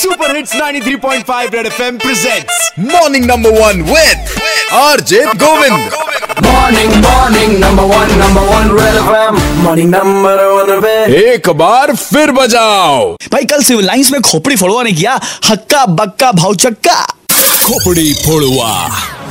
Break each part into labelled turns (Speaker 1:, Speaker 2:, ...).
Speaker 1: Super hits 93.5 red FM presents morning number one with RJ Govind
Speaker 2: Morning, morning, number one, number one, Red FM. Morning, number one, Red.
Speaker 1: एक बार फिर बजाओ
Speaker 3: भाई कल civil lines में खोपड़ी फोड़वा ने किया हक्का बक्का भावचक्का
Speaker 1: खोपड़ी फोड़ुआ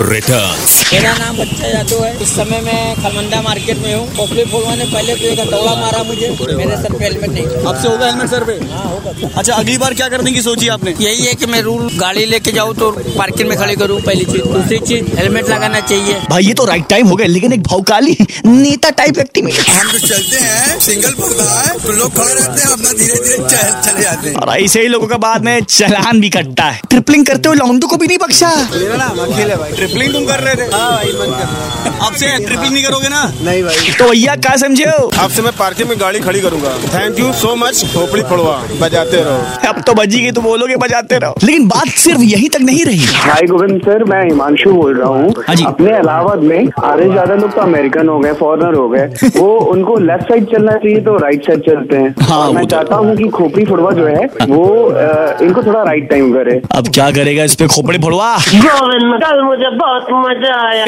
Speaker 1: रिटर्न्स
Speaker 4: मेरा नाम बच्चा यादव है इस समय मैं खलमंडा मार्केट में हूँ पोपली फुलवा ने पहले तो एक दौड़ा मारा मुझे मेरे सर पे हेलमेट नहीं था।
Speaker 3: अब से होगा हेलमेट सर पे अच्छा अगली बार क्या करने की सोची आपने
Speaker 4: यही है कि मैं रूल गाड़ी लेके जाऊँ तो पार्किंग में खड़ी करूँ पहली चीज दूसरी चीज हेलमेट लगाना चाहिए
Speaker 3: भाई ये तो राइट टाइम हो गया लेकिन एक भावकाली नेता टाइप व्यक्ति में
Speaker 5: हम तो चलते हैं सिंगल पर्दा है तो लोग खड़े रहते हैं अपना धीरे धीरे चल, चले जाते हैं
Speaker 3: और ऐसे ही लोगों का बाद में चलान भी कटता है ट्रिपलिंग करते हुए लौंडो को भी नहीं बख्शा
Speaker 6: मेरा नाम अखिल है भाई
Speaker 3: ट्रिपलिंग तुम कर रहे थे
Speaker 6: हाँ भाई मन कर
Speaker 3: अब से ट्रिपलिंग नहीं करोगे ना
Speaker 6: नहीं भाई
Speaker 3: तो भैया क्या समझे हो
Speaker 6: आपसे मैं पार्किंग में गाड़ी खड़ी करूंगा थैंक यू सो मच खोपड़ी पड़वा बजाते रहो
Speaker 3: अब तो बजी गई तो बोलोगे बजाते रहो लेकिन बात सिर्फ यहीं तक नहीं रही
Speaker 7: भाई गोविंद सर मैं हिमांशु बोल रहा
Speaker 3: हाँ जी।
Speaker 7: हूँ अपने इलाहाबाद में आधे से ज्यादा लोग तो अमेरिकन हो गए फॉरनर हो गए वो उनको लेफ्ट साइड चलना चाहिए तो राइट साइड चलते हैं
Speaker 3: हाँ,
Speaker 7: और
Speaker 3: वो
Speaker 7: मैं
Speaker 3: तो-
Speaker 7: चाहता हूँ कि खोपड़ी फुटवा जो है वो अ, इनको थोड़ा राइट टाइम करे
Speaker 3: अब क्या करेगा इस पे खोपड़ी फोड़वा
Speaker 8: गोविंद कल मुझे बहुत मजा आया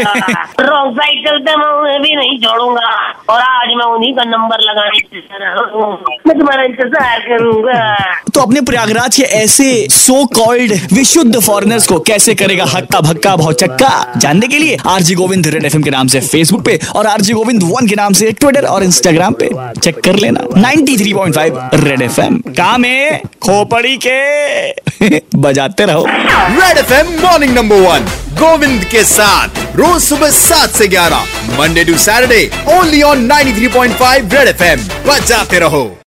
Speaker 8: रॉन्ग साइड चलते मैं उन्हें भी नहीं छोड़ूंगा और आज मैं उन्हीं का नंबर लगाने की तरह हूँ। मैं तुम्हारा इंतजार करूंगा
Speaker 3: तो अपने प्रयागराज के ऐसे सो कॉल्ड विशुद्ध फॉरेनर्स को कैसे करेगा हक्का भक्का भौचक्का जानने के लिए आरजी गोविंद रेड एफ के नाम से फेसबुक पे और आरजी गोविंद वन के नाम से ट्विटर और इंस्टाग्राम पे चेक कर लेना 93.5 रेड एफ काम है खोपड़ी के बजाते रहो
Speaker 1: red F M morning number one Govind के साथ रोज सुबह सात से ग्यारह Monday to Saturday only on 93.5 red F M बजाते रहो